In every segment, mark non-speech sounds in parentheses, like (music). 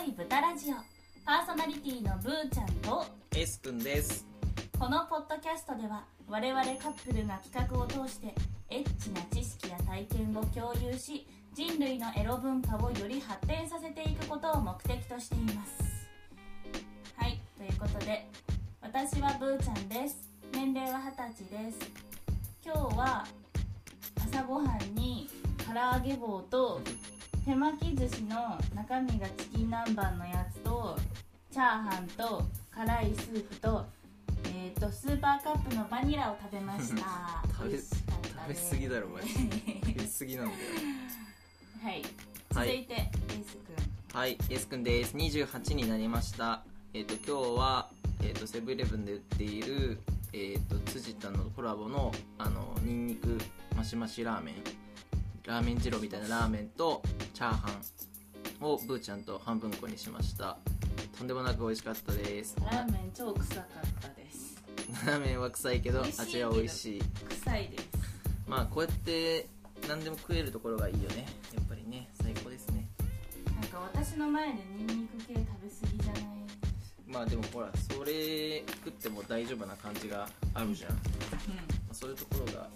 い豚ラジオパーソナリティのブーちゃんと S 君ですこのポッドキャストでは我々カップルが企画を通してエッチな知識や体験を共有し人類のエロ文化をより発展させていくことを目的としていますはいということで私はブーちゃんです年齢は二十歳です今日は朝ごはんに唐揚げ棒と手巻き寿司の中身がチキン南蛮のやつとチャーハンと辛いスープと,、えー、とスーパーカップのバニラを食べました (laughs) 食べ美味しかった食べで過ぎだろマ (laughs) ジで食べ過ぎなんだよ (laughs) はいは続いいてエースくんはい S 君です28になりましたえっ、と今日は、えっとセブンイレブンで売っている、えっと辻田のコラボのあのニンニクマシマシラーメンラーメン二郎みたいなラーメンとチャーハンをブーちゃんと半分こにしましたとんでもなく美味しかったですラーメン超臭かったですラーメンは臭いけど美味しいけ味どは美味しい臭いですまあこうやって何でも食えるところがいいよねやっぱりね最高ですねなんか私の前でニンニク系食べ過ぎじゃないまあでもほらそれ食っても大丈夫な感じがあるじゃん、まあ、そういうところがいいよね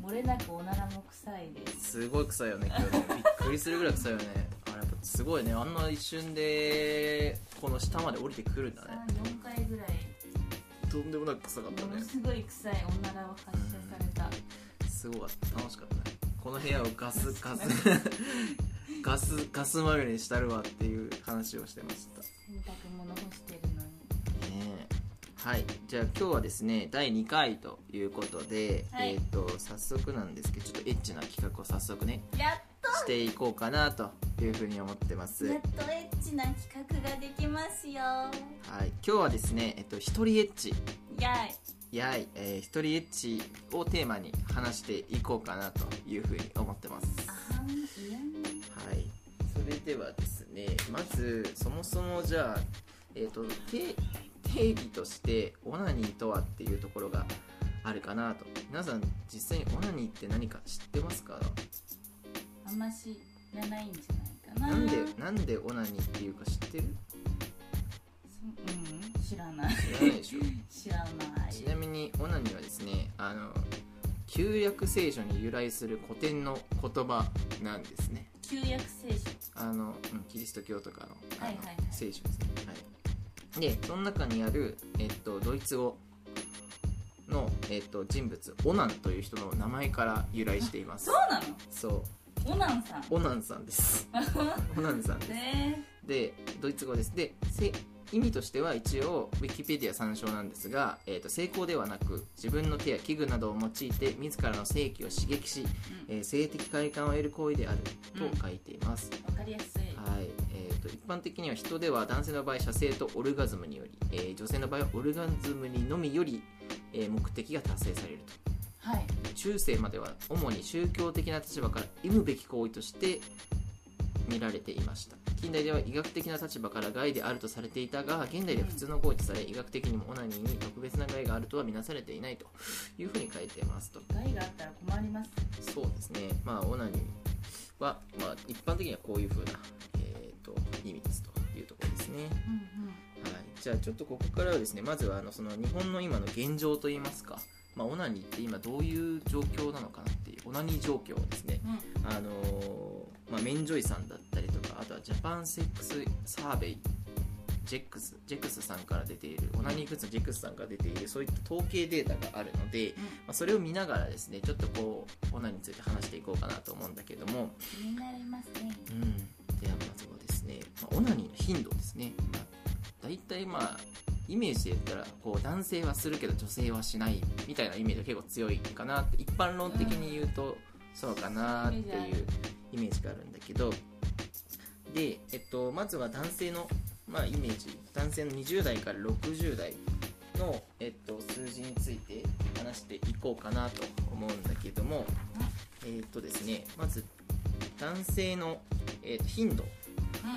うん漏れなくおならも臭いですすごい臭いよね今日ねびっくりするぐらい臭いよねあれやっぱすごいねあんな一瞬でこの下まで降りてくるんだね34回ぐらいとんでもなく臭かったものねすごい臭いおならを発射されたすごかった楽しかったねこの部屋をガスガ (laughs) スガスガスまみれにしたるわっていう話をしてました洗濯物干してるのにねえはいじゃあ今日はですね第2回ということで、はいえっ、と早速なんですけどちょっとエッチな企画を早速ねやっしていこうかなというふうに思ってます、やっとエッチな企画ができますよはい、今日はですね、えっと、一人エッチやいやい、えー、一人エッチをテーマに話していこうかなというふうに思ってますあはんいやんはいそれではですねまずそもそもじゃあ、えー、と定定義としてオナニーとはっていうところがあるかなと皆さん実際にオナニーって何か知ってますかあんましらないんじゃないかななんでそなんでオナニーっていうか知ってるうん知らない知らないでしょ知らないちなみにオナニーはですねあの旧約聖書に由来する古典の言葉なんですね旧約聖書あの、うん、キリスト教とかのあの、はいはいはい聖書ですね、はい、でその中にある、えっと、ドイツ語の、えっと、人物オナンという人の名前から由来していますそうなそうのオナンさんオナンさんです (laughs) オナンさんですねでドイツ語ですでせ意味としては一応ウィキペディア参照なんですが、えー、と成功ではなく自分の手や器具などを用いて自らの性器を刺激し、え、えー性的快感を得る行為であるうんと書いています、うん、わかりやすいはいえー、と一般的には人では男性の場合射精とオルガズムにより、えー女性の場合はオルガズムにのみより、えー目的が達成されるとはい中世までは主に宗教的な立場から忌むべき行為として見られていました近代では医学的な立場から害であるとされていたが現代では普通の行為とされ医学的にもオナニーに特別な害があるとは見なされていないというふうに書いてますと害があったら困りますそうですねまあオナニーは、まあ、一般的にはこういうふうな、えーと意味ですというところですね、うはんい、じゃあちょっとここからはですねまずはあのその日本の今の現状といいますかまあ、オナニーって今どういう状況なのかなっていうオナニー状況をですねうんうんあのーまあ、メンジョイさんだったりとかあとはジャパンセックスサーベイジェックスジェックスさんから出ているオナニーグッズのジェックスさんから出ているそういった統計データがあるので、まあ、それを見ながらですねちょっとこうオナニーについて話していこうかなと思うんだけども、気になりますねうん、ではまずはですね、まあ、オナニーの頻度ですね、まあ、大体まあイメージで言ったらこう男性はするけど女性はしないみたいなイメージが結構強いかなって一般論的に言うとそうかなっていうイメージがあるんだけどで、えっと、まずは男性の、まあ、イメージ男性の20代から60代の、えっと、数字について話していこうかなと思うんだけどもえっとですねまず男性の、えっと頻度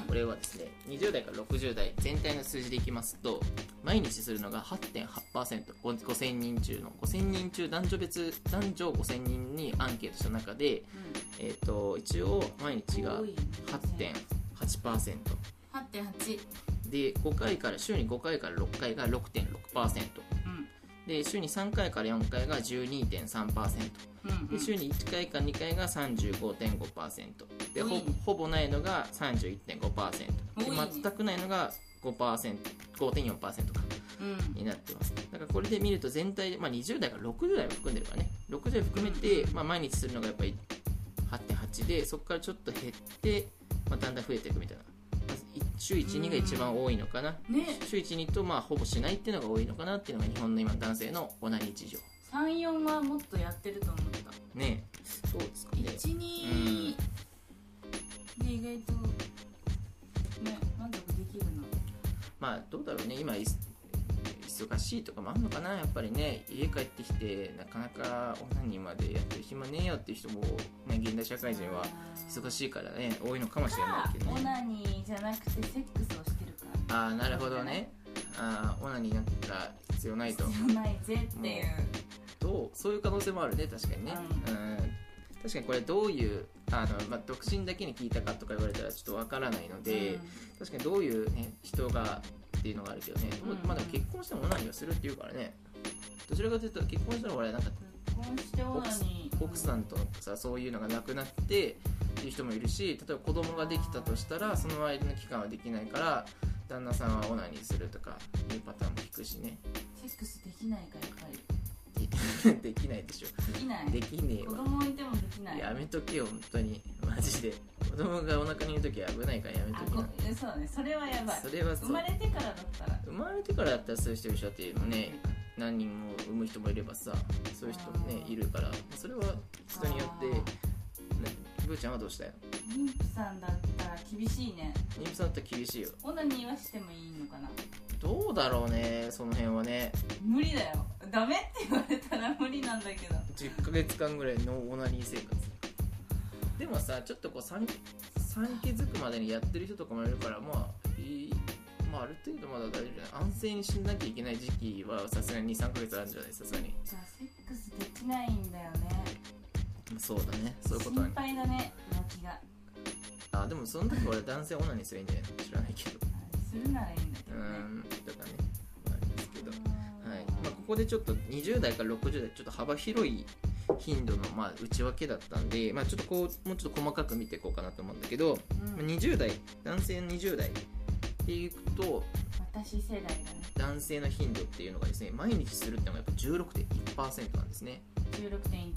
これはですね20代から60代全体の数字でいきますと毎日するのが 8.8%5000 人中の5000人中男女別男女5000人にアンケートした中で、うんえっと一応毎日が多いね8.8% 8.8で5回から週に5回から6回が6.6%うんで週に3回から4回が12.3%うんうでん週に1回から2回が35.5%で多いほねほぼないのが31.5%多いねで全くないのが 5%5.4% かうんになってますだからこれで見ると全体で、まあ、20代から60代も含んでるからね60代含めて、まあ、毎日するのがやっぱり8.8でそこからちょっと減って、まあ、だんだん増えていくみたいなまずい週12が一番多いのかな、ね週12とまあほぼしないっていうのが多いのかなっていうのが日本の今の男性のオナニー事情34はもっとやってると思ったねえそうですかね12で意外とね満足できるなまあどうだろうね今い忙しいとかもあんのかなやっぱりね家帰ってきてなかなかオナニーまでやってる暇ねえよっていう人も、ね、現代社会人は忙いしいからね多いのかもしれないけどオねナニーじゃなくてセックスをしてるからああなるほどねああオナニーなんか必要ないと必要ないぜっていうとそういう可能性もあるね確かにねうん確かにこれどういうあの、まあ、独身だけに聞いたかとか言われたらちょっとわからないので、確かにどういう、ね、人がっていうのがあるけどね、うんまあでも結婚してもオナニーはするっていうからねどちらかというと結婚したら俺なんかうん、結婚してオナニー奥さんとさそういうのがなくなってっていう人もいるし例えば子供ができたとしたらその間の期間はできないから旦那さんはオナニーするとかいうパターンも聞くしね (laughs) セックスできないかやっぱりできないでしょできないできねえ子わ供いてもできないやめとけよ本当にマジで子供がお腹にいる時は危ないからやめあとけごなそうだねそれはやばいそれはそ生うまれてからだったら生まれてからだったらそういう人いる人だってね何人も産む人もいればさそういう人もねあーいるからそれは人によってねブーちゃんはどうしたよ妊婦さんだったら厳しいね妊婦さんだったら厳しいよオナニーはしてもいいのかなどうだろうねその辺はね無理だよダメって言われたら無理なんだけど10ヶ月間ぐらいのオナニー生活でもさちょっとこう産産気づくまでにやってる人とかもいるからまあいいまあある程度まだ大丈夫じゃない安静にしなきゃいけない時期はさすがに23ヶ月あるんじゃないさすがにじゃあセックスできないんだよねそうだねそういうことは心配だね浮気があでもその時俺男性オナニーすればいいんじゃないの知らないけどするならいいんだけうどねんとかねまあありますけどははいまあ、ここでちょっと20代から60代ちょっと幅広い頻度のまあ内訳だったんで、まあ、ちょっとこうもうちょっと細かく見ていこうかなと思うんだけど、まあうん、 20代男性の20代っていくと私世代だね男性の頻度っていうのがですね毎日するっていうのがやっぱ16.1%なんですね、 16.1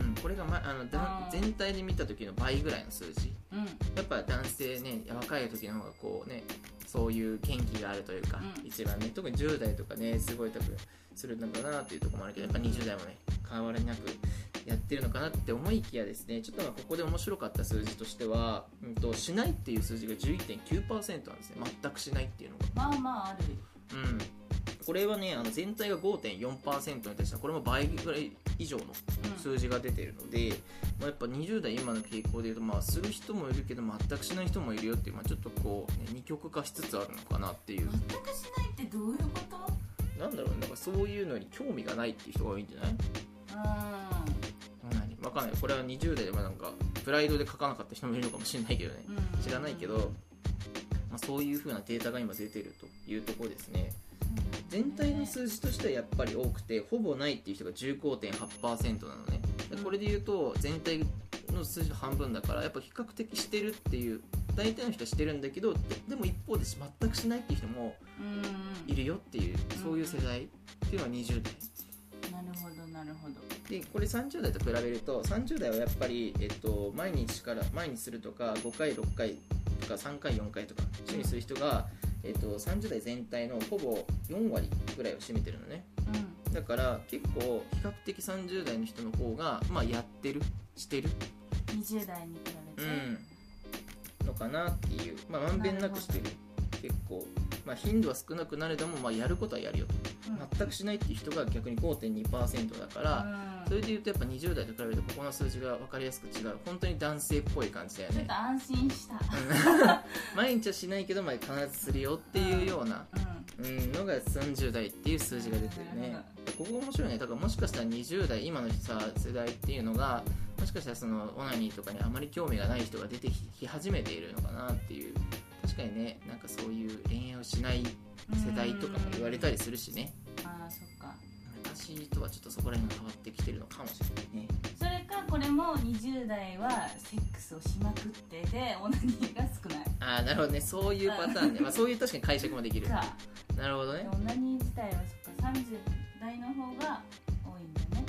うん、これが、ま、あのだあー全体で見た時の倍ぐらいの数字うんやっぱ男性ね若い時の方がこうねそういう元気があるというか、うん一番ね特に10代とかねすごい多分するのかなっていうところもあるけどやっぱ20代もね変わりなくやってるのかなって思いきやですねちょっとまあここで面白かった数字としては、うん、としないっていう数字が11.9%なんですね全くしないっていうのがまあまああるうんこれはねあの全体が5.4%に対してはこれも倍ぐらい以上のうん数字が出てるので、まあ、やっぱ20代今の傾向でいうと、まあ、する人もいるけど全くしない人もいるよっていう、まあ、ちょっとこう、ね、二極化しつつあるのかなってい全うくしないってどういうことなんだろうねなんかそういうのに興味がないっていう人が多いんじゃない何わかんないこれは20代でもなんかプライドで書かなかった人もいるのかもしれないけどねうんうん知らないけど、まあ、そういう風なデータが今出てるというところですね全体の字数字としてはやっぱり多くてほぼないっていう人が15.8%なのねでうんこれで言うと全体の数字の半分だからやっぱ比較的してるっていう大体の人はしてるんだけどででも一方で全くしないっていう人もうんうんいるよっていうそういう世代っていうのは20代なるほどなるほどでこれ30代と比べると30代はやっぱり、えっと、毎日から毎日するとか5回6回とか3回4回とか週にする人が、えっと、30代全体のほぼ4割ぐらいを占めてるのねうんだから結構比較的30代の人の方が、まあ、やってるしてる、 20代に比べて、のかなっていうまあまんべんなくしてる結構、まあ、頻度は少なくなれども、まあ、やることはやるよと全くしないっていう人が逆に5.2%だから、それでいうとやっぱ20代と比べるとここの数字が分かりやすく違う本当に男性っぽい感じだよちょっねと安心した、毎日はしないけど、まあ、必ずするよっていうようなううんのが30代っていう数字が出てるねなるここが面白いねだからもしかしたら20代今のさ世代っていうのがもしかしたらそのオナニーとかにあまり興味がない人が出てきき始めているのかなっていう確かにねなんかそういう恋愛をしない世代とかも言われたりするしねああそっか私とはちょっとそこら辺が変わってきてるのかもしれないねそれかこれも20代はセックスをしまくってでオナニーが少ないああなるほどねそういうパターンね、まあ、そういう確かに解釈もできるかなるほどでねオナニー自体はそっか30代の方が多いんだね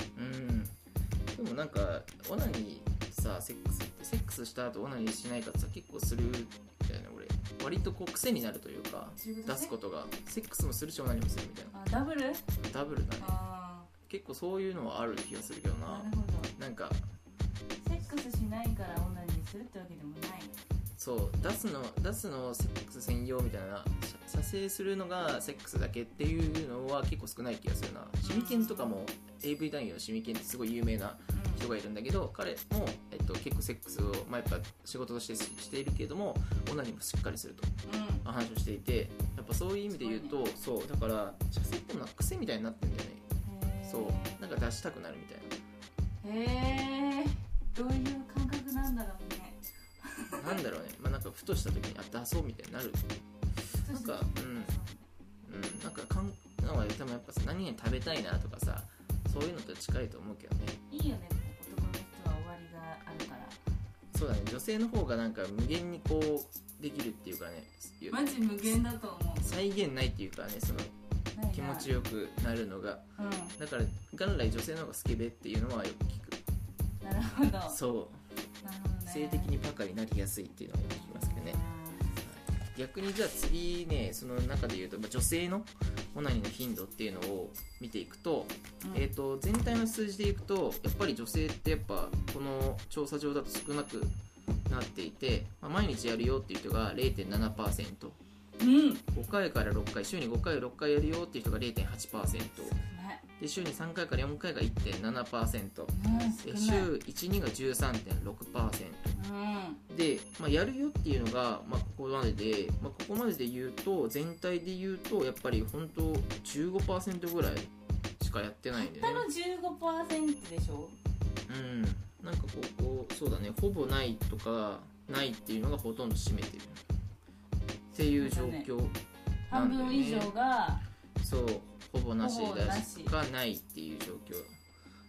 うんでもなんかオナニーさセックスってセックスした後オナニーしないかさ結構するんだよね俺割とこう癖になるというかそういうこと出ねすことがセックスもするしオナニーもするみたいなあダブルダブルだねあ結構そういうのはある気がするけどあななるほどなんかセックスしないからオナニーするってわけでもないそう出すの出すのをセックス専用みたいなさ射精するのがセックスだけっていうのは結構少ない気がするなシミケンとかも AV 男優のシミケンってすごい有名な人がいるんだけど彼も、えっと、結構セックスを、まあ、やっぱ仕事としてししているけれどもオナニーもしっかりするとうん、うんあ話をしていてやっぱそういう意味で言うと、そうだから射精ってもなんか癖みたいになってんだよねへーそうなんか出したくなるみたいなへえどういう感覚なんだろうねなんだろうね、まあ、なんかふとした時にあ出そうみたいになるなんかうんうんなんかかんなんかでもやっぱさ何々食べたいなとかさそういうのと近いと思うけどねいいよね男の人は終わりがあるからそうだね女性の方がなんか無限にこうできるっていうかねマジ無限だと思再現ないっていうかねそのうないな気持ちよくなるのがうんだから元来女性の方がスケベっていうのはよく聞くなるほどなるそほどうね性的にバカになりやすいっていうのはよく聞きますけどね逆にじゃあ次ねその中で言うと、まあ、女性のオナニーの頻度っていうのを見ていくと,、うんえー、と全体の数字でいくとやっぱり女性ってやっぱこの調査上だと少なくなっていて、まあ毎日やるよっていう人が 0.7%5 うん回から6回週に5回6回やるよっていう人が0.8%ねで週に3回から4回が1.7%うんで少週ない12が13.6%うんで、まあ、やるよっていうのが、まあ、ここまでで、まあ、ここまでで言うと全体で言うとやっぱり本当15%ぐらいしかやってないんだたよねの15%でしょうんなんかここそうだねほぼないとかないっていうのがほとんど占めてるっていう状況な半んだよ分ね以上がそうほぼなしほぼなしだしかないっていう状況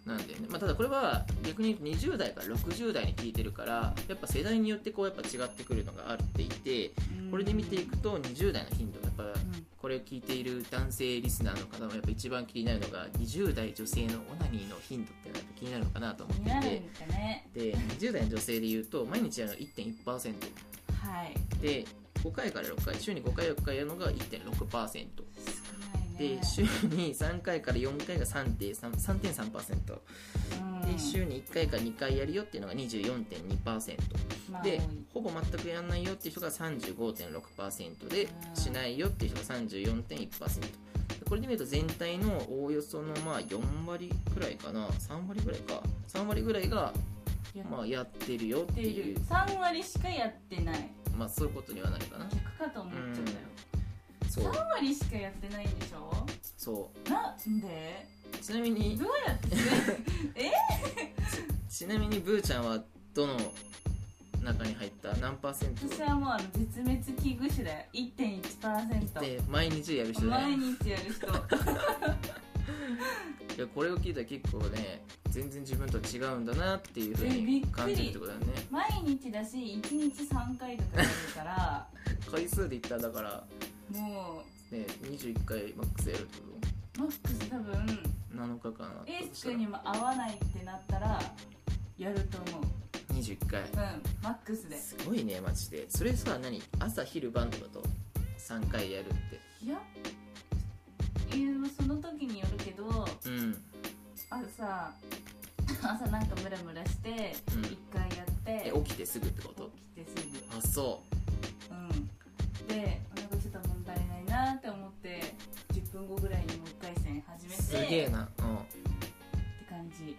なんだよね、まあ、ただこれは逆に20代から60代に聞いてるからやっぱ世代によってこうやっぱ違ってくるのがあっていてこれで見ていくと20代の頻度やっぱうんこれを聞いている男性リスナーの方もやっぱ一番気になるのが20代女性のオナニーの頻度っていうのがやっぱ気になるのかなと思気になっるてんですかねてで20代の女性で言うと毎日やるの1.1%はいで5回から6回週に5回6回やるのが1.6%少ないねで週に3回から4回が3.3 3.3%うんで週に1回から2回やるよっていうのが24.2%まあ多いでほぼ全くやんないよっていう人が35.6%でうんしないよっていう人が34.1%でこれで見ると全体のおおよそのまあ4割くらいかな3割くらいか3割ぐらいがやまあやってるよっってていいうる3割しかやってないまあそういうことにはなるかな逆かと思っちゃったよそう3割しかやってないんでしょそなんでうちなみどにうやってちなみにブーちゃんはどの中に入った何パーセント私はもうあの絶滅危惧種だよ1.1%で毎日やる人毎ね日やる人 (laughs) いやこれを聞いたら結構ね全然自分とは違うんだなっていうふうえびっにくり感じるってことだね毎日だし1日3回とかやるから回数で言ったらだからもね21回マックスやるってこうマックス多分と7日間あったエーとしスたら君にも合わないってなったらやると思う21回うんマックスですごいねマジでそれさ何朝昼晩とかと3回やるっいやいやその時によるけどてうん朝 (laughs) 朝なんかムラムラしてうん一回やって、え起起きてすぐってこときてすぐあそうんでお腹ちょっと物足りないなって思って10分後ぐらいにもう一回戦始うめてすげえってな感じ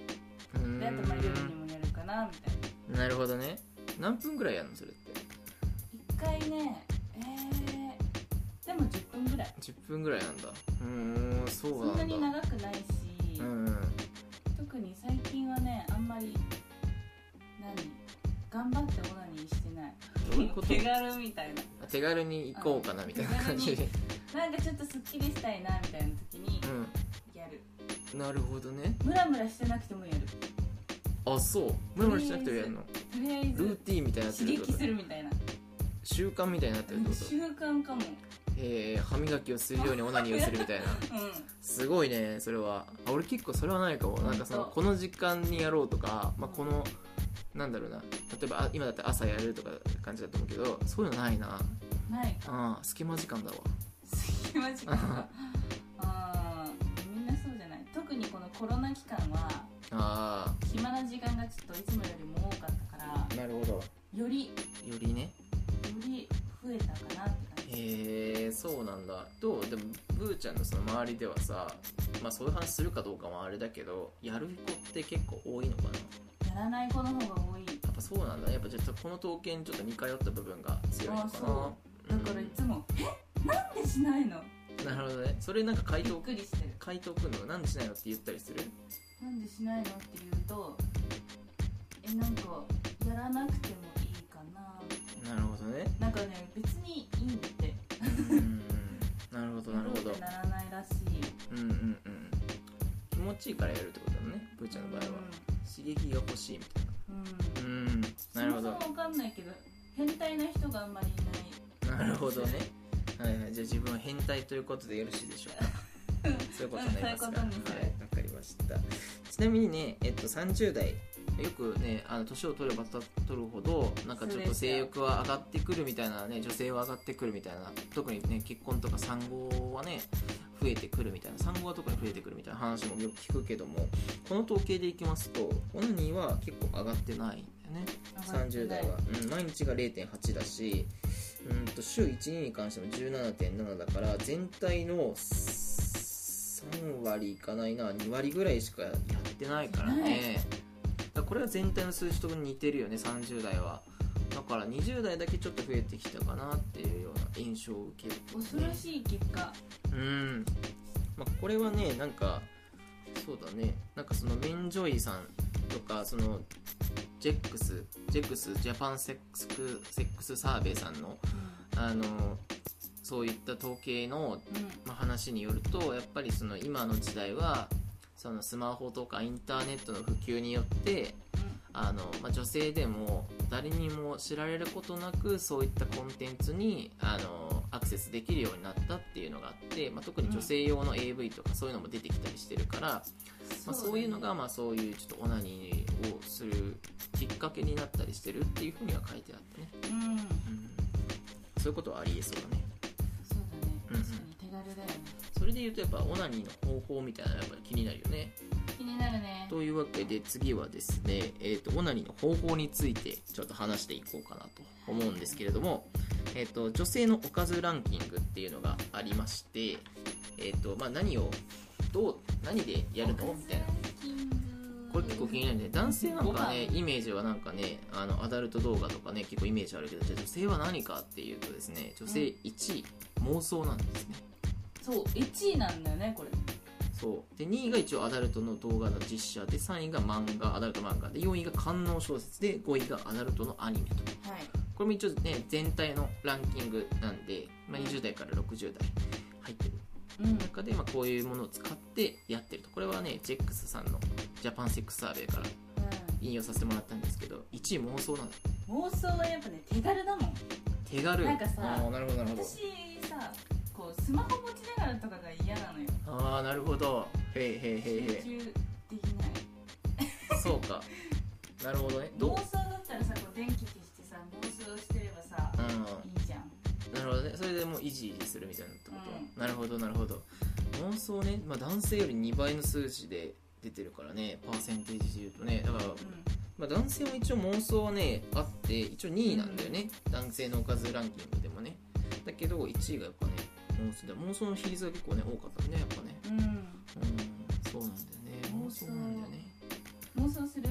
うんうであとまあ夜ーにもやるかなみたいなんなるほどね何分ぐらいやるのそれって一回ねえー、でも10分ぐらい10分ぐらいなんだうーんそうそなんんだなに長くないし、うんうん特に最近はねあんまり何頑張ってオナニーしてないどういうこと手軽みたいな手軽に行こうかなみたいな感じでなんかちょっとすっきりしたいなみたいな時にうやるんなるほどねムラムラしてなくてもやるとあそうムラムラしなくてもやるのりあえルーずティンみたいになって刺るって激こすとるみたいな習慣みたいになってるってこと習慣かもえー、歯磨きをするようにオナニーをするみたいなうすごいねそれはあ俺結構それはないかもなんかその本当この時間にやろうとか、まあ、このなんだろうな例えばあ今だって朝やるとか感じだと思うけどそういうのないなんないあー隙間時間だわ隙間時間があーみんなそうじゃない特にこのコロナ期間はあ暇な時間がちょっといつもよりも多かったからあなるほどよよりよりねり増えたかなって感じへえそうなんだどうでもブーちゃんのその周りではさまあそういう話するかどうかもあれだけどやる子って結構多いのかなやらない子の方が多いやっぱそうなんだやっぱちょっとこの統計にちょっと似通った部分が強いのかあそなだからいつも「えなんでしないの?」うんなるほどねそれなんか回びっ答くりしてる回答くんのなんでしないのって言ったりするなんでしないのって言うと「えなんかやらなくてもいいかな」なるほどねなんかね別にいいんだってうんなるほどやなるろうほっどてならないらしいうんうんうん気持ちいいからやるってことだもんねブーちゃんの場合は刺激が欲しいみたいなうん、うんうんなるほそどもそもわかんないけど変態な人があんまりいななるほどね。はいはい、じゃあ自分は変態ということでよろしいでしょうか。そういうことになりますか。うんそういうことにはすいる、わかりました。ちなみにね、えっと30代。よくね、あの年を取れば取るほどなんかちょっと性欲は上がってくるみたいなね女性は上がってくるみたいな特にね結婚とか産後はね増えてくるみたいな産後は特に増えてくるみたいな話もよく聞くけどもこの統計でいきますとオナニーは結構上がってないんだよねい30代は、うん、毎日が0.8だしうんと週12に関しても17.7だから全体の3割いかないな2割ぐらいしかやってないからねだからこれは全体の数字と似てるよね30代はだから20代だけちょっと増えてきたかなっていうような印象を受けるけどね恐ろしい結果うん、まあ、これはねなんかそうだねなんかそのメンジョイさんとかそのジェックスジェックスジャパンセックスセックスサーベイさんのあのそういった統計の、うんまあ、話によるとやっぱりその今の時代はそのスマホとかインターネットの普及によってあの、まあ、女性でも誰にも知られることなくそういったコンテンツにあのアクセスできるようになったっていうのがあって、まあ、特に女性用の AV とかそういうのも出てきたりしてるから、まあ、そういうのが、まあ、そういうちょっとオナニーをするきっかけになったりしてるっていうふうには書いてあってね、うんうん、そういうことはありえそうだねそうだねうんうん確かに手軽だよねそれでいうとやっぱオナニーの方法みたいなのがやっぱり気になるよね気になるねというわけで次はですね、えー、とオナニーの方法についてちょっと話していこうかなと思うんですけれども、えー、と女性のおかずランキングっていうのがありまして、えーとまあ、何をどう何でやるのみたいなこれ結構気になるね男性なんかねご飯イメージはなんかねあのアダルト動画とかね結構イメージあるけどじゃあ女性は何かっていうとですね女性1位、妄想なんですねそう1位なんだよねこれそうで2位が一応アダルトの動画の実写で3位が漫画アダルト漫画で4位が官能小説で5位がアダルトのアニメとはいこれも一応ね全体のランキングなんで、まあ、20代から60代入ってるうん中で、まあ、こういうものを使ってやってるとこれはねジェックスさんのジャパンセックスサーベイから引用させてもらったんですけど1位妄想なんだ妄想はやっぱね手軽だもん手軽なんかさあーなるほどなるほど私さこうスマホ持ちながらとかが嫌なのよああなるほどへいへいへい集へ中できないいそうかなるほどねどう妄想だったらさこう電気消してさ妄想してればさうんいいじゃんなるほどねそれでもう維持維持するみたいなってこと、うなるほどなるほど妄想ね、まあ、男性より2倍の数字で出てるからねパーセンテージで言うとねだから、うんまあ、男性も一応妄想はねあって一応2位なんだよね、男性のおかずランキングでもねだけど1位がやっぱね妄想だ妄想の比率が結構ね多かったねやっぱねうん、うんそうなんだよね妄妄想想なんだよね妄想する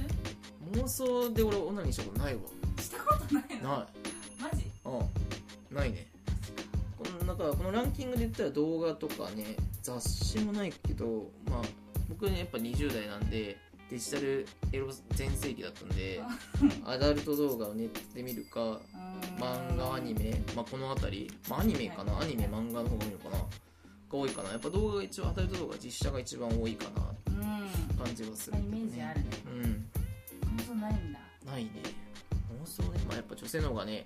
妄想で俺オナニーしたことないわしたことないのない (laughs) マジうんないねこのなんかこのランキングで言ったら動画とかね雑誌もないけどまあ僕ねやっぱ20代なんでデジタルエロ全盛期だったんであアダルト動画をネットで見るか漫画アニメ、まあ、この辺り、まあ、アニメかなアニメ漫画の方が多いのかなが多いかなやっぱ動画が一応アダルト動画実写が一番多いかなっうてんま感じはするあイけどメージあるねうん感想ないんだないね妄想ね、まあ、やっぱ女性の方がね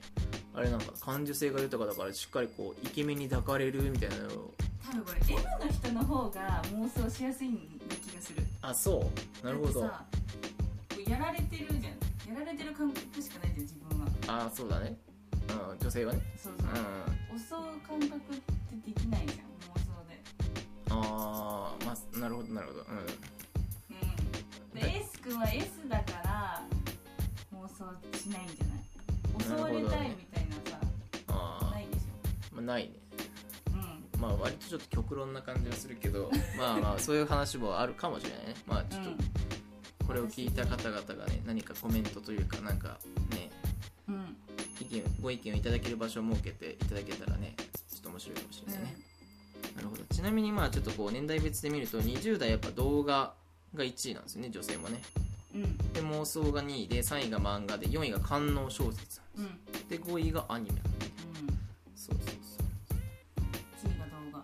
あれなんか感受性が豊かだからしっかりこうイケメンに抱かれるみたいなのを多分これ M の人の方が妄想しやすいんだ気がするあそうなるほどだってさこうやられてるじゃんやられてる感覚しかないじゃん自分はあそうだね、うん、女性はねそううそんう、襲う感覚ってできないじゃん妄想であーまあなるほどなるほどうんだで S 君は S だから妄想しないんじゃない襲なるほわどれねたいみたいなさあないでしょー、まあ、ないねうんまあ割とちょっと極論な感じはする (laughs) けどまあまあそういう話もあるかもしれないねまあちょっうとこれを聞いた方々がね何かコメントというかなんかねんうん意見ご意見をいただける場所を設けていただけたらねちょっと面白いかもしれないね、なるほどちなみにまあちょっとこう年代別で見ると20代やっぱ動画が1位なんですよね女性もねうんうんで妄想が2位で3位が漫画で4位が官能小説うんで5位がアニメそうそうそう1位が動画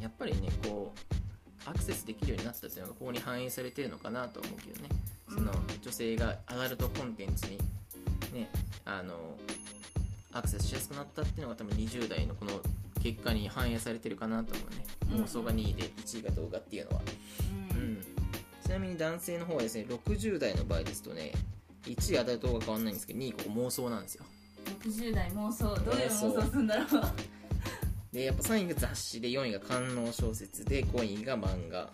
やっぱりねこうアクセスできるようになったっていうのがここに反映されてるのかなとは思うけどねそのうん女性がアダルトコンテンツにねあのアクセスしやすくなったっていうのが多分20代のこの結果に反映されてるかなと思ううねん妄想が2位で1位が動画っていうのは、ううんん、ちなみに男性の方はですね60代の場合ですとね1位アダルトが変わんないんですけど2位こう妄想なんですよ60代妄想どういう妄想するんだろうでやっぱ3位が雑誌で4位が官能小説で5位が漫画っ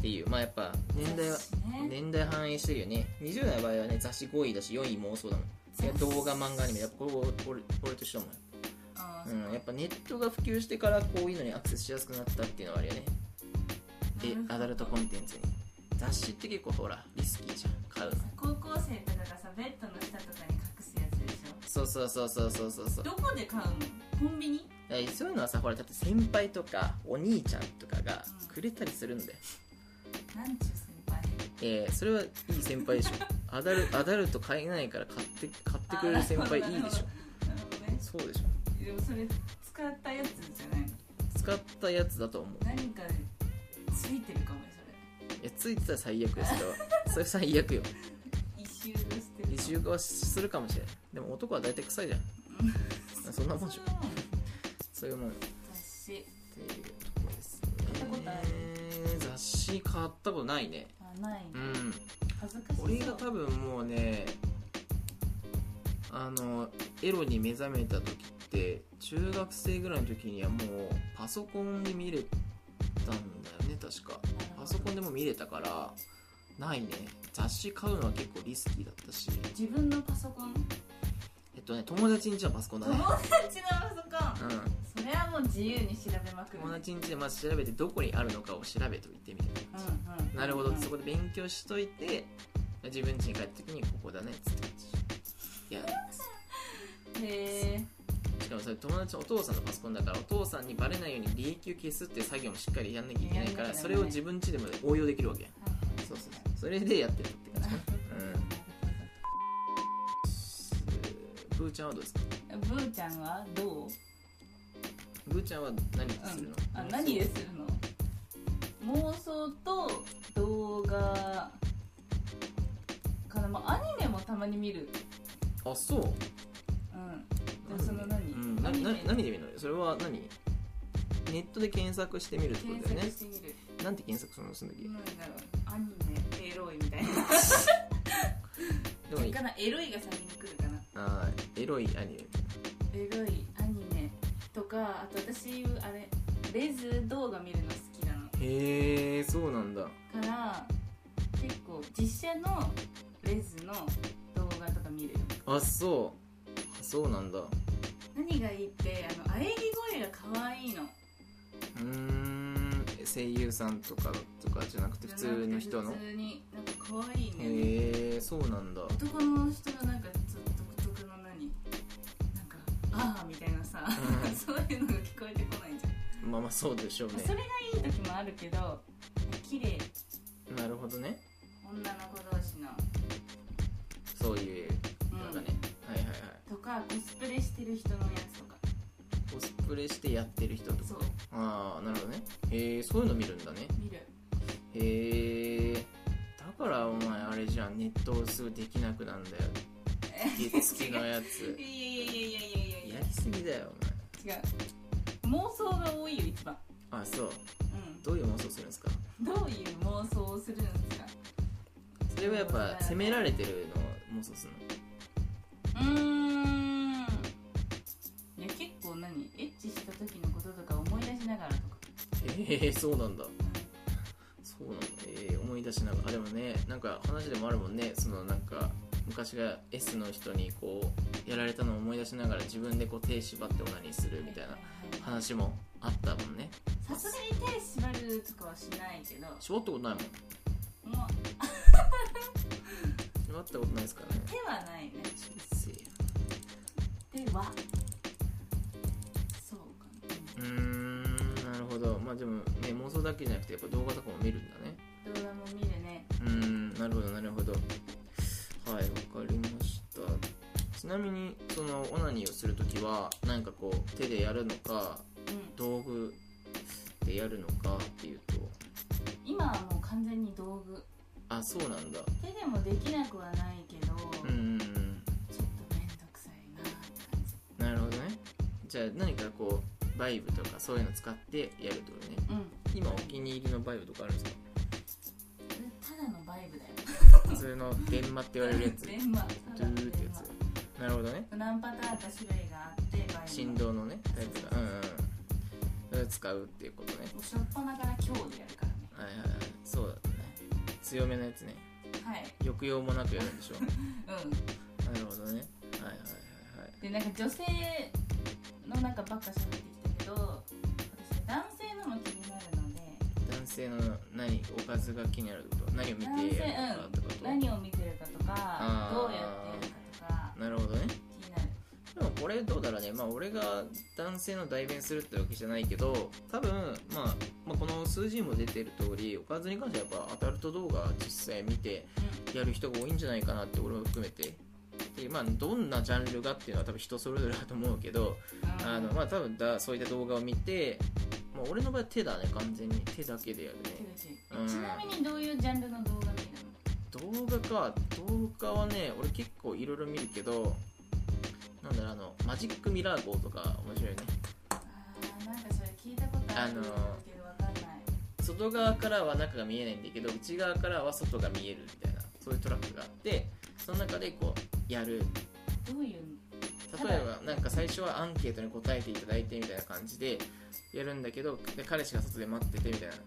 ていうまあやっぱ年代は雑誌ね年代反映してるよね20代の場合はね雑誌5位だし4位妄想だもんいや動画漫画アニメやっぱこれ俺俺としてもあーうんやっぱネットが普及してからこういうのにアクセスしやすくなったっていうのはあるよねでなるほどアダルトコンテンツに雑誌って結構ほらリスキーじゃん買うの高校生とかがさベッドの下とかに隠すやつでしそうそうそうそうそうそうそょうどこで買うのコンビニだからそういうのはさほらだって先輩とかお兄ちゃんとかがうんくれたりするんだよ、なんちゅう先輩えーそれはいい先輩で (laughs) しょアダルアダルト買えないから買って買ってくれる先輩いいでしょょなるほどねそうでしょでもそれ使ったやつじゃないの使ったやつだと思う何かでついてるかもよえついてたら最悪ですけどそれ最悪よそれ一周で捨てる異臭化はするかもしれないでも男は大体臭いじゃんうんそんなもんでしょそなもんそういうもんって雑誌いうとこですね買ったことある雑誌買ったことないねあないうん恥ずかしそう俺が多分もうねあのエロに目覚めた時って中学生ぐらいの時にはもうパソコンで見れたんだよね確かパソコンでも見れたからないね雑誌買うのは結構リスキーだったし自分のパソコンえっとね友達んちのパソコンだ友ね達のパソコンうんそれはもう自由に調べまくる友達ん家でまず調べてどこにあるのかを調べといてみたいなう感んうじ、んなるほどってそここで勉強しといて自分家に帰った時にここだねっつっていやへえしかもそれ友達のお父さんのパソコンだからお父さんにバレないように利益を消すっていう作業もしっかりやんなきゃいけやないかんなきゃいけならいそれを自分家でも応用できるわけそうそうそうそれでやってるって感じブーちゃんはどうですかブーちゃんはどうブーちゃんは何をするの、あ何でするの妄想と動画かな、まあ、アニメもたまに見るあそううんでその何うん、なアニメな何で見るのそれは何ネットで検索してみるってこ検とだよ索ねしてみるなんて検索するのその時なんだろうアニメエロいみたいなでもいいかなエロいが先に来るかなあーエロいアニメエロいアニメとかあと私あれレズ動画見るの好きなのへえそうなんだから結構実写のレズの動画とか見るよあそうあそうなんだう何がいいってあの喘ぎ声が可愛いのーん声優さんとかとかじゃなくて普通の人の普通になんか可愛いねへえそうなんだう男の人がなんかちょっと独特の何なんかああみたいなさ、う (laughs) んそういうのが聞こえてこないじゃん、んまあまあそうでしょうまあそねれがいい時もあるけど綺麗なるほどね女女の子同士のそういうなんかね、はいはいはいとかコスプレしてる人のやつとかコスプレしてやってる人とかそうああなるほどねへえそういうの見るんだね見るへえだからお前あれじゃんネットをすぐできなくなんだよ月付きのやつ (laughs) いやいやいやいやいやいやいややりすぎだよ違う妄想が多いよ一番お前あそううどういう妄想するんですかんどういう妄想をするんですかそれはやっぱ責められてるのを妄想するうーんいや結構何エッチした時のこととか思い出しながらとか、のへえそうなんだそうなんだえー、思い出しながらあでもねなんか話でもあるもんねそのなんか昔が S の人にこうやられたのを思い出しながら自分でこう手縛ってオナニーするみたいな話もあったもんねさすがに手縛るとかはしないけど絞ったことないもんもう縛ったことないですからね手はないねせや手はそうかうーんなるほどまあでもね妄想だけじゃなくてやっぱ動画とかも見るんだねな動画も見るねうーんなるほどなるほどはいわかりましたちなみにそのオナニーをするときは何かこう手でやるのかうん道具でやるのかっていうと今はもう完全に道具あそうなんだ手でもできなくはないけど、うーんちょっと面倒くさいなって感じなるほどねじゃあ何かこうバイブとかそういうの使ってやるってことねうん今お気に入りのバイブとかあるんですかただのバイブだよ普通の電マって言われるや (laughs) つ電話ドゥーってやつなるほどね何パターンか種類があってバイブ振動のねタイプがうんうんそれを使うっていうことねもうしょっぱなから今日でやるからねはいはいはいそうだね強めのやつねはい抑揚もなくやるんでしょうんなるほどねはいはいはいはいでなんか女性のなんかばっか喋ってきたけど私男性のも気になるので男性の何おかずが気になるってこと何を見男て性やるのかってこと、何を見てるかとかあーどうやってやるかとかなるほどね気になるでもこれどうだろうねまあ俺が男性の代弁するってわけじゃないけど多分、まあ、まあこの数字にも出てる通りおかずに関してはやっぱアダルト動画実際見てやる人が多いんじゃないかなって俺も含めてで、まあ、どんなジャンルがっていうのは多分人それぞれだと思うけどうんあのまあ多分だそういった動画を見て、まあ、俺の場合は手だね完全に手だけでやる手ねだしうんちなみにどういうジャンルの動画見るの動画か動画はね俺結構いろいろ見るけどなんだろうあのマジックミラー号とか面白いねあーなんかそれ聞いたことあるけどわかんない外側からは中が見えないんだけど内側からは外が見えるみたいなそういうトラックがあってその中でこうやるどういう例えばなんか最初はアンケートに答えていただいてみたいな感じでやるんだけどで彼氏が外で待っててみたいなっ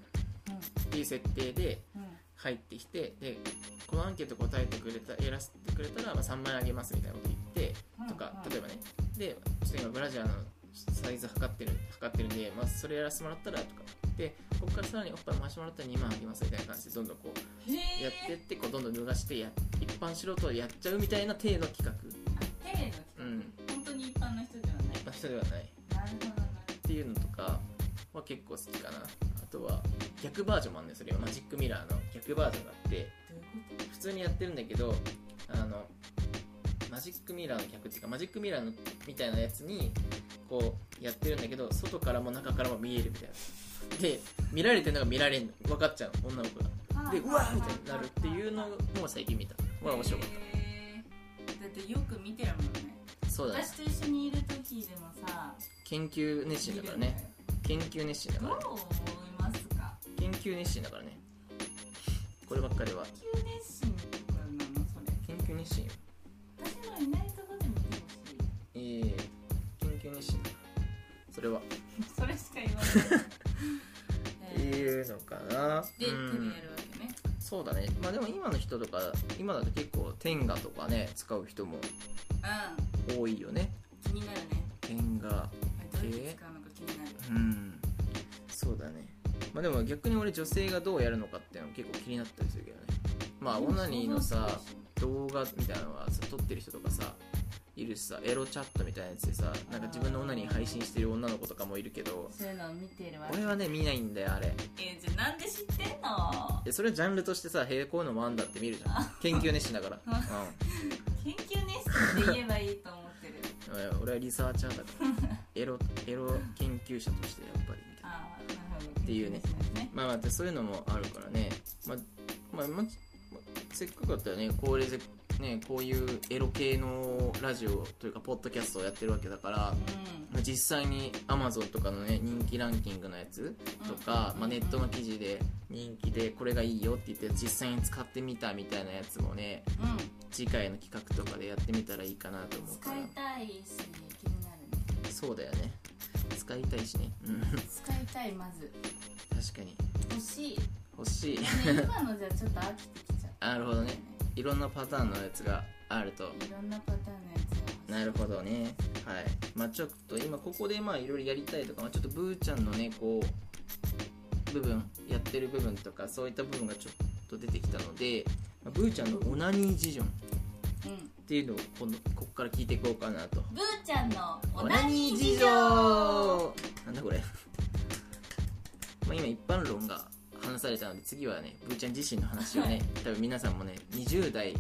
ていう設定でうんうん入ってきてでこのアンケート答えてくれたやらせてくれたら、まあ、3万円あげますみたいなこと言ってとか例えばねでちょっと今ブラジャーのサイズ測ってる測ってるんで、まあ、それやらせてもらったらとかでここからさらにおっぱい回してもらったら2万あげますみたいな感じでどんどんこうへえやってってこうどんどん脱がしてや一般素人はやっちゃうみたいな体の企画テレの、うん本当に一般の人ではない一般人ではないっなるほどなるていうのとかは結構好きかなあとは逆バージョンもあるんですよそれはマジックミラーの逆バージョンがあっどてういうこ普通にやってるんだけどあのマジックミラーの客っていうかマジックミラーのみたいなやつにこうやってるんだけど外からも中からも見えるみたいなで見られてるのが見られんの分かっちゃう女の子がとでうわーみたいになるっていうのも最近見たまあ面白かっへーだってよく見てるもんねたそうだね私と一緒にいる時でもさ研究熱心だからね研究熱心だ見るのからよねどう思いますか研究熱心だからねこればっかりは急熱心とかなのそれ研究熱心よ私のいないとこで見てほしいえー、研究熱心だそれは (laughs) それしか言わな (laughs) い。えいうのかなーで、手でうんやるわけね。そうだねまあでも今の人とか今だと結構天下とかね使う人も多いよねうん、気になるね。天下どうやって使うのか気になる。うんそうだねまあでも逆に俺女性がどうやるのかっていうのも結構気になったりするけどねまあオナニーのさ動画みたいなのはさ撮ってる人とかさいるしさエロチャットみたいなやつでさなんか自分の女に配信してる女の子とかもいるけどそういうのを見てるわ俺はね見ないんだよあれえじゃあなんで知ってんのでそれはジャンルとしてさへえこういうのもあんだって見るじゃん (laughs) 研究熱心だから、あ研究熱心って言えばいいと思ってるうん、俺はリサーチャーだからエロエロ研究者としてやっぱりみたい (laughs) なああなるほどっていうね研究熱心ですねまあまあでそういうのもあるからねまあまあ、まあまあせっかくだったらねこれでねこういうエロ系のラジオというかポッドキャストをやってるわけだからまあ実際に Amazon とかのね人気ランキングのやつうんとか、まあ、ネットのうん記事で人気でこれがいいよって言って実際に使ってみたみたいなやつもね次回の企画とかでやってみたらいいかなと思うか使いらたいし気になるねそうだよね使いたいしねうん使いたいまず確かに欲しい、ね、欲しい今のじゃちょっと飽きてきちゃうなるほどねいろんなパターンのやつがあるといろんなパターンのやつが欲しいなるほどねはいまあちょっと今ここでまあいろいろやりたいとか、まあ、ちょっとブーちゃんのねこう部分やってる部分とかそういった部分がちょっと出てきたので、まあブーちゃんのオナニー事情っうんていうのを今度ここから聞いていこうかなとブーちゃんのオナニー事情なんだこれまあ今一般論が話されたので次はねブーちゃん自身の話をね (laughs) 多分皆さんもね20代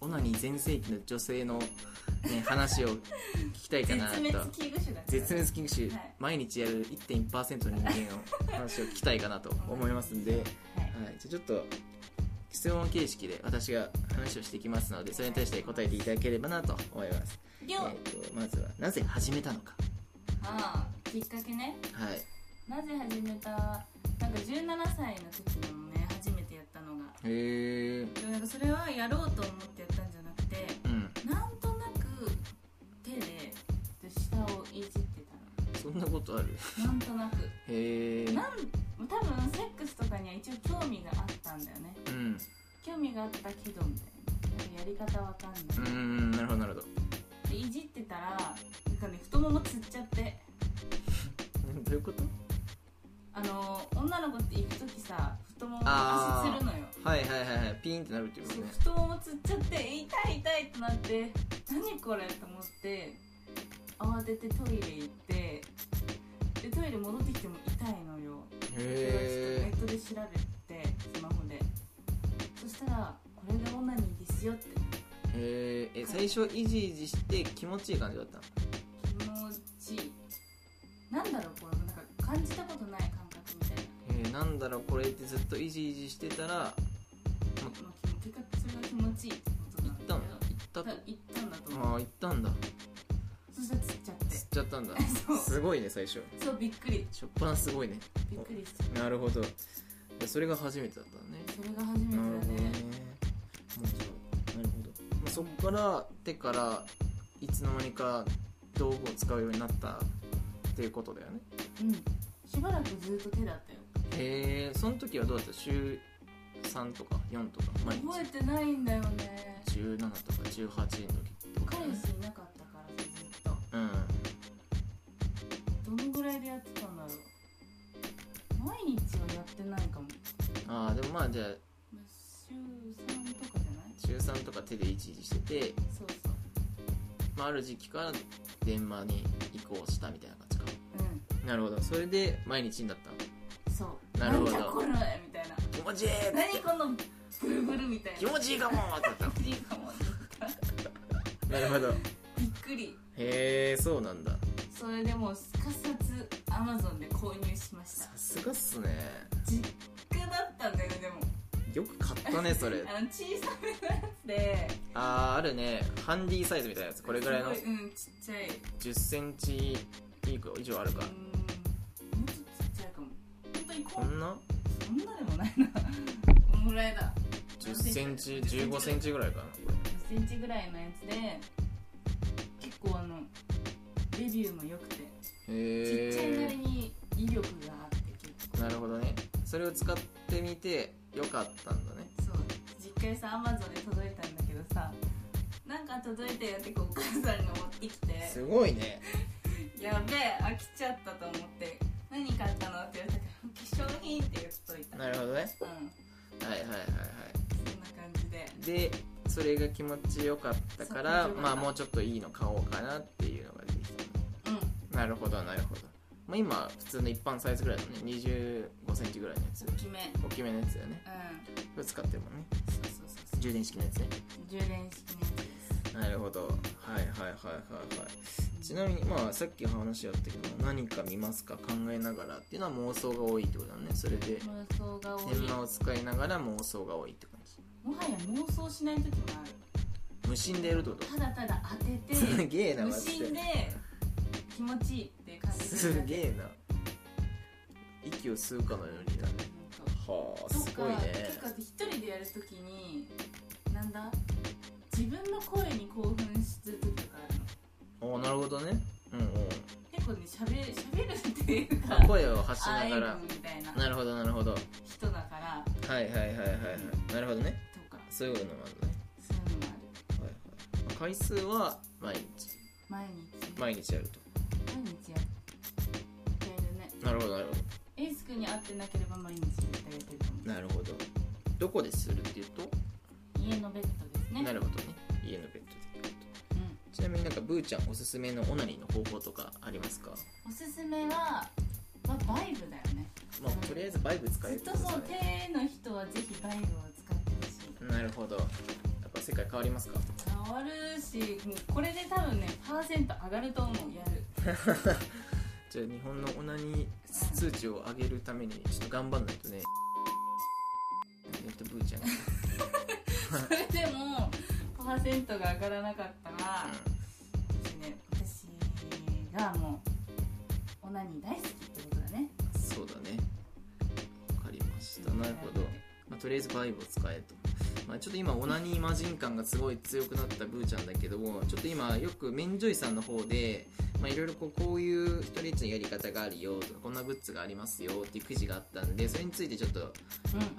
オナニー全盛期の女性の、ね、話を聞きたいか絶なと滅危惧種だから絶滅危惧種、はい毎日やる1.1%の人間の話を聞きたいかなと思いますんで、はい、はいじゃあちょっと質問形式で私が話をしていきますのでそれに対して答えていただければなと思います、りょう、えーとまずはなぜ始めたのかああきっかけねはいなぜ始めたなんか17歳の時のね初めてやったのがへえでもなんかそれはやろうと思ってやったんじゃなくてうんなんとなく手で下をいじってそんなことあるたのなんとなくへえなん多分セックスとかには一応興味があったんだよねうん興味があったけどみたいななんかやり方わかんうない、んなるほどなるほどでいじってたらなんかね太ももつっちゃってうんどういうことあの女の子って行く時さ太ももあ足ーつるのよはいはいはいはいピーンってなるっていうこそとうね太ももつっちゃって痛い痛いってなって何これと思って慌ててトイレ行ってでトイレ戻ってきても痛いのよへネットで調べてスマホでそしたらこれがオナニーですよってえへーえ最初イジイジして気持ちいい感じだったの気持ちいいなんだろうこれなんか感じたことない感覚みたいなえー、なんだろうこれってずっとイジイジしてたらまあ気も結果それが気持ちいいってこと行なんだったのけ行ったどとだ行ったんだとあ思うあー行ったんだそしたらつっちゃって (laughs) 釣っちゃったんだそう (laughs) すごいね最初そうびっくりしょっぱなすごいねびっくりしちゃっなるほどでそれが初めてだったのねたそれが初めてだなるほどねね面白いなるほど、まあ、そっから手からいつの間にか道具を使うようになったっていうことだよねうんしばらくずっと手だったよへえその時はどうだった週3とか4とか毎日覚えてないんだよね17とか18の時ってこと彼だよね氏いなかったからさずっとうんどのぐらいでやってたんだろう毎日はやってないかもああでもまあじゃあ週3とかじゃない中3とか手でいちいちしてて、そうそうまあ、ある時期から電話に移行したみたいな感じかうなるほどそれで毎日になったのんそうなるほどんじゃこれみたいな気持ちいい何このブルブルみたいな気持ちいいかもってなったのいいかも (laughs) なるほどへびっくりえそうなんだそれでもうすかさずアマゾンで購入しましたさすがっすね実家だったんだよねでもよく買った (laughs) ねそれあの小さめのやつであーあるねハンディサイズみたいなやつこれぐらいのすごうんちっちゃい1 0ンチ以上以上あるかうんもうちょっとちっちゃいかも本当にここんなそんなでもないなこのぐらいだ1 0ンチ1 5ンチぐらいかなこれ1 0ンチぐらいのやつで結構あのレビューも良くてちっちゃいなへりに威力があって結構えなるほどねそれを使ってみてよかったんだねそう実家にさアマゾンで届いたんだけどさなんか届いたよってこうお母さんが持ってきてすごいねやべえ飽きちゃったと思って何買ったのって言われたから化粧品って言っといたうんなるほどねそんなはいはいはいは感じでいでそれが気持ちよかったからそう気持ちよかったまあもうちょっといいの買おうかなっていうのが出てきたうなるほどなるほど、まあ、今普通の一般サイズぐらいのね2 5センチぐらいのやつん大きめうん大きめのやつだよねこれ使ってるもんねそうそうそうそう充電式のやつね充電式のやつですなるほどはいはいはいはいはいちなみにまあさっき話あったけど何か見ますか考えながらっていうのは妄想が多いってことだねそれで妄想が多い電話を使いながら妄想が多いって感もはや妄想しない時もあるじ無心でやるってことただただ当ててすげえな無マジ心でで気持ちいいって感じすげえな息を吸うかのようになるはあとすかごいね結構一人でやるときになんだ自分の声に興奮する時とかあるのおなるほどねうんう結構ねしゃべしゃべるっていうんか声を発しあなーがいらみたいななるほどなるほどは人だからいはいはいはいはいなるほどねとかそういうのもあるねそういうのもあるはいはい回数は毎日毎日毎日やると毎日やってやるねなるほどなるほエース君に会ってなければ毎日絶対やってると思どなるほどどこでするっていうと、う家のベッドですねなるほどね家のベッドでちなみになんかブーちゃんおすすめのオナニーの方法とかありますかうん、おすすめは、まあ、バイブだよねまあとりあえずバイブ使ずえっるってとことそうですね手の人はぜひバイブを使ってほしいなるほどやっぱ世界変わりますか変わるしもうこれで多分ねパーセント上がると思うや (laughs) るじゃあ日本のオナニー数値を上げるためにちょっと頑張んないとねやっとブー (laughs) ちゃんが、それでもパーセントが上がらなかったら、う私ね私がもうオナニー大好きってことだねんそうだねわかりましたなるほどまあ、とりあえずバイブを使えと、まあ、ちょっと今オナニー魔人感がすごい強くなったブーちゃんだけどもちょっと今よくメンジョイさんの方でまあいろいろこうこういうストレッチのやり方があるよとかこんなグッズがありますよっていう記事があったんでそれについてちょっとうん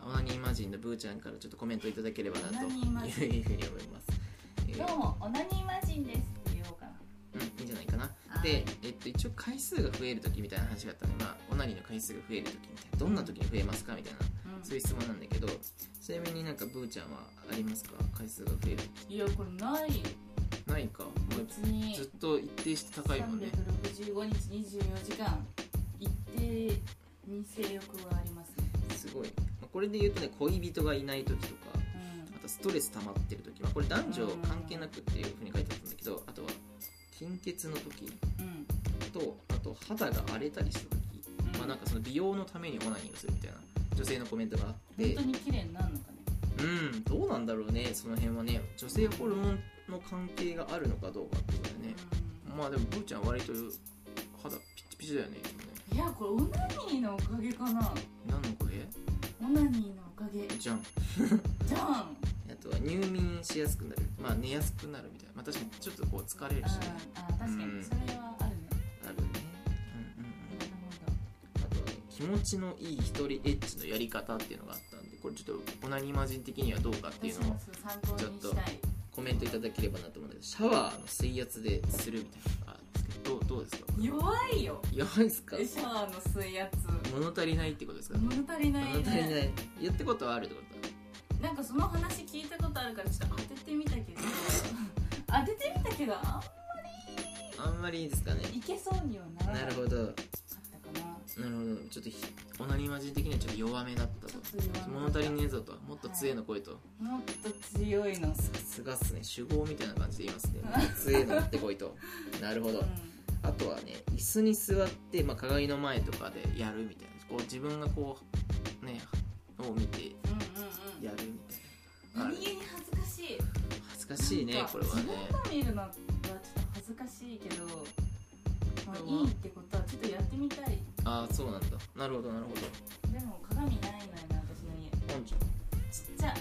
オナニー魔人のブーちゃんからちょっとコメントいただければなとオナニー魔人いうふうに思います、えどーうもオナニー魔人ですって言おうかなうん、いいんじゃないかなはいで、えっと、一応回数が増える時みたいな話があったので、まあ、オナニーの回数が増える時みたいなどんな時に増えますかみたいなうんそういう質問なんだけどちなみになんかブーちゃんはありますか回数が増えるいやこれないないかもう別にずっと一定して高いもんね365日24時間一定に性欲はありますねすごいまあこれで言うとね恋人がいない時とかうんあとストレス溜まってる時、まあ、これ男女関係なくっていうふうに書いてあったんだけどあとは貧血の時うんとあと肌が荒れたりした時、うんまあ、なんかその美容のためにオナニーをするみたいな女性のコメントがあって本当に綺麗になるのかねうんどうなんだろうねその辺はね女性ホルモンの関係があるのかどうかっていうことだよね、まあでもブーちゃん割と肌ピチピチだよねいつもねうんいやこれオナニーのおかげかな何の声オナニーのおかげじゃんじゃんあとは入眠しやすくなるまあ寝やすくなるみたいなまあ確かにちょっとこう疲れるしねあーあー確かうにんそれはあるねあるねうんうんなうんるあとはね気持ちのいい一人エッチのやり方っていうのがあったんでこれちょっとオナニーマジン的にはどうかってほどいう私のをもそう参考にしたいコメントいただければなと思うんだけどシャワーの水圧でするみたいなのがあるんですけどどうどうですか弱いよやばいですかえシャワーの水圧物足りないってことですか物足りない物ね足りないやったことはあるってことだなんかその話聞いたことあるからちょっと当ててみたけど (laughs) 当ててみたけどああんまりいいですかねんいけそうにはならななかるっほどたかななるほどちょっとひオナニーマジン的にはちょっと弱めだったちとょっと弱物め足りねえぞともっと強いの来いと、もっと強いのさすがっすね主語みたいな感じで言います (laughs) ねもっと強いの持ってこいとなるほどうあとはね椅子に座って、まあ、鏡の前とかでやるみたいなこう自分がこうねを見てんうんうんうんやるみたいなあ何る気に恥ずかしい恥ずかしいねなんかこれはね自分の見るのはちょっと恥ずかしいけど、まあ、いいってことはちょっとやってみたいああそうなんだなるほどなるほどでも鏡ないのよな私の家ポンちちっちゃい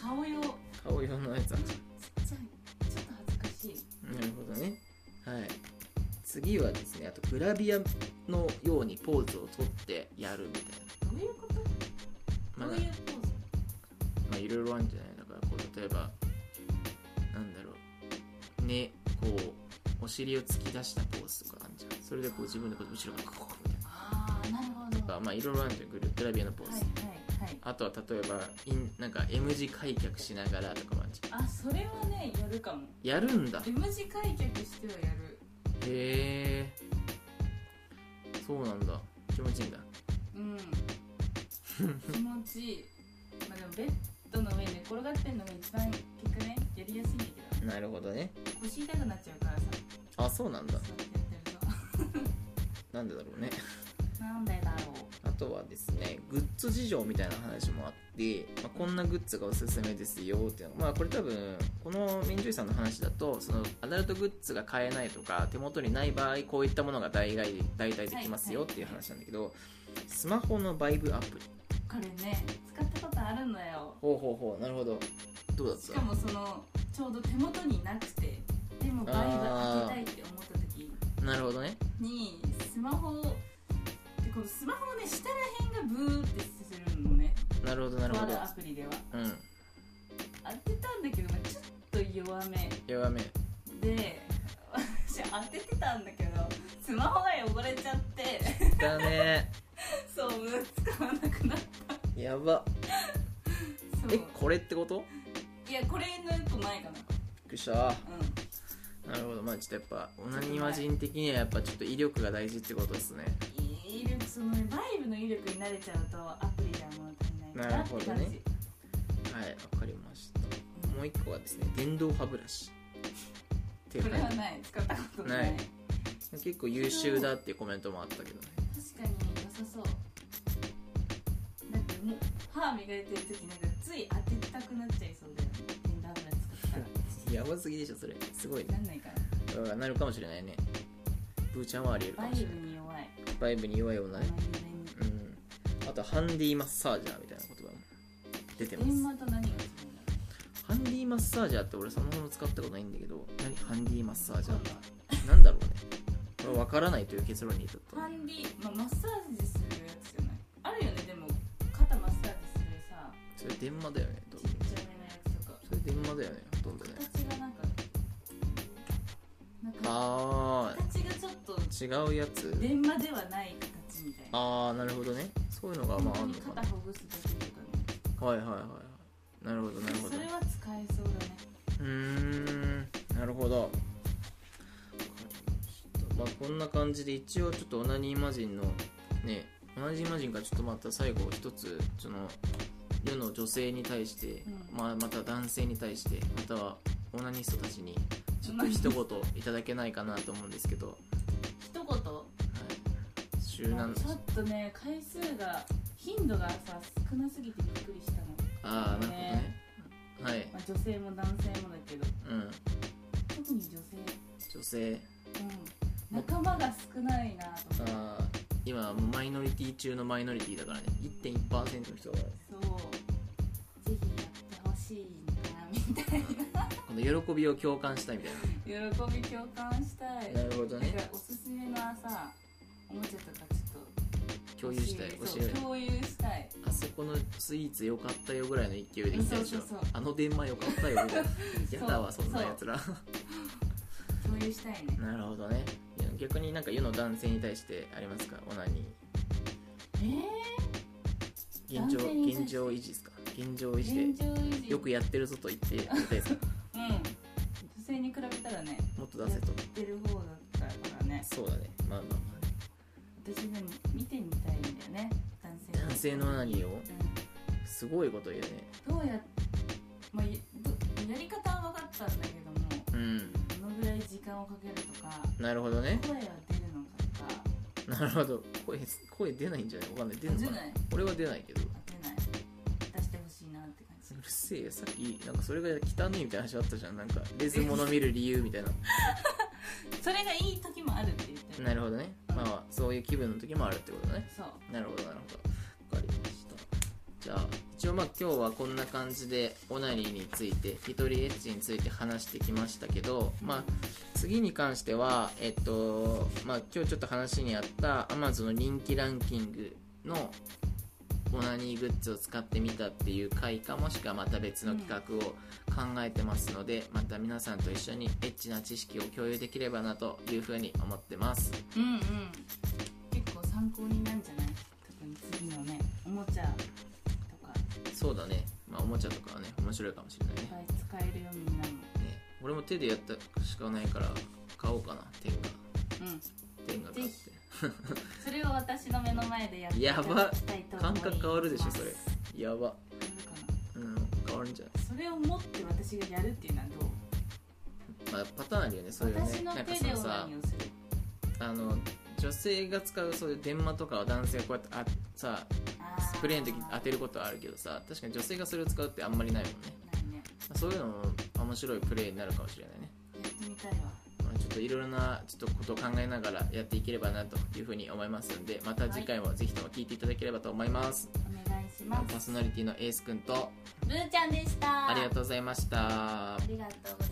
顔用ちっゃん顔用のやつあるちゃいちょっと恥ずかしいなるほどねはい次はですねあとグラビアのようにポーズをとってやるみたいどういうことどな、まうあいうポーズまあいろいろあるんじゃないだからこう例えばなんだろうねこうお尻を突き出したポーズとかあるじゃんそれでこう自分でこう後ろからこうみたいああなるほどなとかまあいろいろあるじゃんグルグラビアのポーはいズ、はいはいはいあとは例えばインなんか M 字開脚しながらとかはあそれはねやるかもやるんだ M 字開脚してはやるへえそうなんだ気持ちいいんだうん気持ちいいまあでもベッドの上に寝転がってんのが一番結局ねやりやすいんだけなるほどねど腰痛くなっちゃうからさあそうなん座だってやってるとなんでだろうねなんでだろあとはですねグッズ事情みたいな話もあって、まあ、こんなグッズがおすすめですよっていうのまあこれ多分このメンジュイさんの話だとそのアダルトグッズが買えないとか手元にない場合こういったものが代替代替できますよっていう話なんだけど、スマホのバイブアプリうこれね使ったことあるのよほうほうほうなるほどどうだっしかたもそのちょうど手元になくてでもバイブ開けたいって思った時なるほどねにスマホでこのスマホをね下らへんがブーってするのねなるほどなるとあほどるアプリではうん当てたんだけどまあちょっと弱め弱めで私当ててたんだけどスマホが汚れちゃって (laughs) だねそう使わなくなったやばそうえこれってこといやこれの一個前かなびっくりしたうんなるほどまあちょっとやっぱオナニマ人的にはやっぱちょっと威力が大事ってことですね威力そのねバイブの威力に慣れちゃうとアプリでは物足りないかなって感なるほどねじはいわかりましたもう一個はですね電動歯ブラシってこれははいない使ったことないない結構優秀だっていうコメントもあったけどね確かに良さそうだってもう歯磨いてる時なんかつい当てたくなっちゃいそうだよねテンダーブラ使ったらやばすぎでしょそれすごいねなんないかなうんなるかもしれないねブーちゃんはありえるかバイもしれないブに弱いバイブに弱いようなバねイブにうんあとハンディマッサージャーみたいな言葉も出てます電話と何が違うんだろハンディマッサージャーって俺そのもの使ったことないんだけど何ハンディマッサージャわかんないーなんだろうねこれ分からないという結論に至っうたハンディ、まあ、マッサージするやつじゃないあるよねでも肩マッサージするさそれ電話だよねち多っ分ちゃめのやつとかそれ電話だよねほとんどね形がなんかなんかあ形がちょっとー違うやつ電話ではない形みたいなああなるほどねそういうのが本まああ当るにのか肩ほぐすだけとかねなはいはいはいはいなるほどなるほどそれは使えそうだねうーんなるほどわかりましたまあこんな感じで一応ちょっとオナニーマジンのねオナニーマジンからちょっとまた最後一つその世の女性に対して、うんまあ、また男性に対してまたはオナニストたちにちょっと一言いただけないかなと思うんですけど、は一言い、集団ちょっとね回数が頻度がさ少なすぎてびっくりしたの、ああなるほどねはいまあ、女性も男性もだけどうん特に女女性性、うん、仲間が少ないなと思ってあー今はもうマイノリティ中のマイノリティだからね1.1%の人がそうぜひやってほしいなみたいこの喜びを共感したいみたいな喜び共感したいなるほどなんかおすすめのさおもちゃとかちょっと共有したいそ教えうる共有したいあそこのスイーツ良かったよぐらいの勢いで来たでしそうそょうそうあの電話良かったよみたいなうやだわそんなやつら共有したいねなるほどねいや逆になんか世の男性に対してありますかオナニえー男性に対してー現状現状維持ですか現状維持現状維持でよくやってるぞと言ってみたいですかうん女性に比べたらねもっと出せとやってる方だったからねそうだねまあまあまあね私でも見てみたいんだよね男性男性のオナニーをうすごいこと言うねんどうやまあやどやり方は分かったんだけどもうんどのぐらい時間をかけるとかなるほどね声は出るのかとかなるほど声声出ないんじゃないわかんない出るの出かなない俺は出ないけどあ出ない出してほしいなって感じうるせえよさっきなんかそれが汚いみたいな話あったじゃんなんかレズモノ見る理由みたいなそれがいい時もあるって言ってるなるほどねまあまあそういう気分の時もあるってことねそうなるほどなるほどわかりましたじゃあ一応まあ今日はこんな感じでオナニーについて一人エッチについて話してきましたけど、まあ次に関してはえっとまあ今日ちょっと話にあった Amazon の人気ランキングのオナニーグッズを使ってみたっていう回かもしくはまた別の企画を考えてますので、また皆さんと一緒にエッチな知識を共有できればなというふうに思ってますうんうん結構参考になるんじゃない特に次のねおもちゃとかそうだね、まあ、おもちゃとかはね面白いかもしれないねぱい使えるよみんなもね俺も手でやったしかないから買おうかな天下うん天下買ってそれを私の目の前でやっていやたばだきたいと思います感覚変わるでしょそれやば変わるかうん変わるんじゃないなそれを持って私がやるっていうのはどうまあ、パターンあるよねそういうね私のなんか手そでのオナさニーをするあの女性が使うそういう電話とかは男性がこうやってあさあースプレーの時に当てることはあるけどさ確かに女性がそれを使うってあんまりないもんねないねまあそういうのも面白いプレーになるかもしれないね、やってみたいわまあ、ちょっといろいろなちょっとことを考えながらやっていければなというふうに思いますのでまた次回もぜひとも聞いていただければと思います、お願いしまパーすソナリティのエースくんとブーちゃんでしたありがとうございましたありがとうございます